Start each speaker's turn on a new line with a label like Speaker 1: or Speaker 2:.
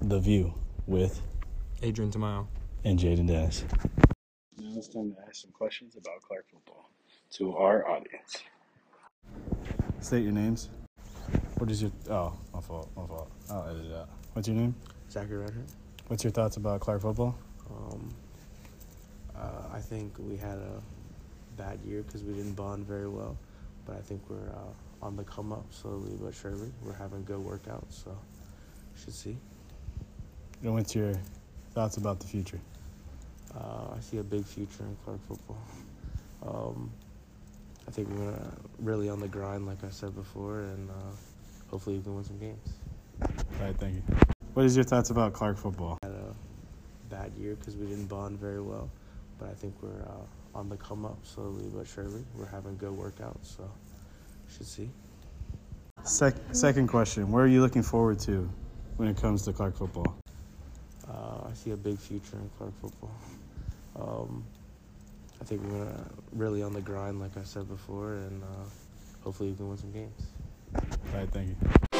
Speaker 1: The View with
Speaker 2: Adrian Tamayo.
Speaker 1: and Jaden Dennis.
Speaker 3: Now it's time to ask some questions about Clark football to our audience.
Speaker 1: State your names. What is your? Oh, my fault. My fault. I'll edit it out. What's your name?
Speaker 2: Zachary Redhead.
Speaker 1: What's your thoughts about Clark football?
Speaker 2: Um, uh, I think we had a bad year because we didn't bond very well, but I think we're uh, on the come up slowly but surely. We're having good workouts, so should see.
Speaker 1: And what's your thoughts about the future?
Speaker 2: Uh, I see a big future in Clark football. Um, I think we're gonna really on the grind, like I said before, and uh, hopefully we can win some games.
Speaker 1: All right, thank you. What is your thoughts about Clark football?
Speaker 2: had a bad year because we didn't bond very well, but I think we're uh, on the come up slowly but surely. We're having good workouts, so should see.
Speaker 1: Sec- second question: Where are you looking forward to when it comes to Clark football?
Speaker 2: Uh, I see a big future in Clark football. Um, I think we're gonna really on the grind, like I said before, and uh, hopefully we can win some games.
Speaker 1: All right, thank you.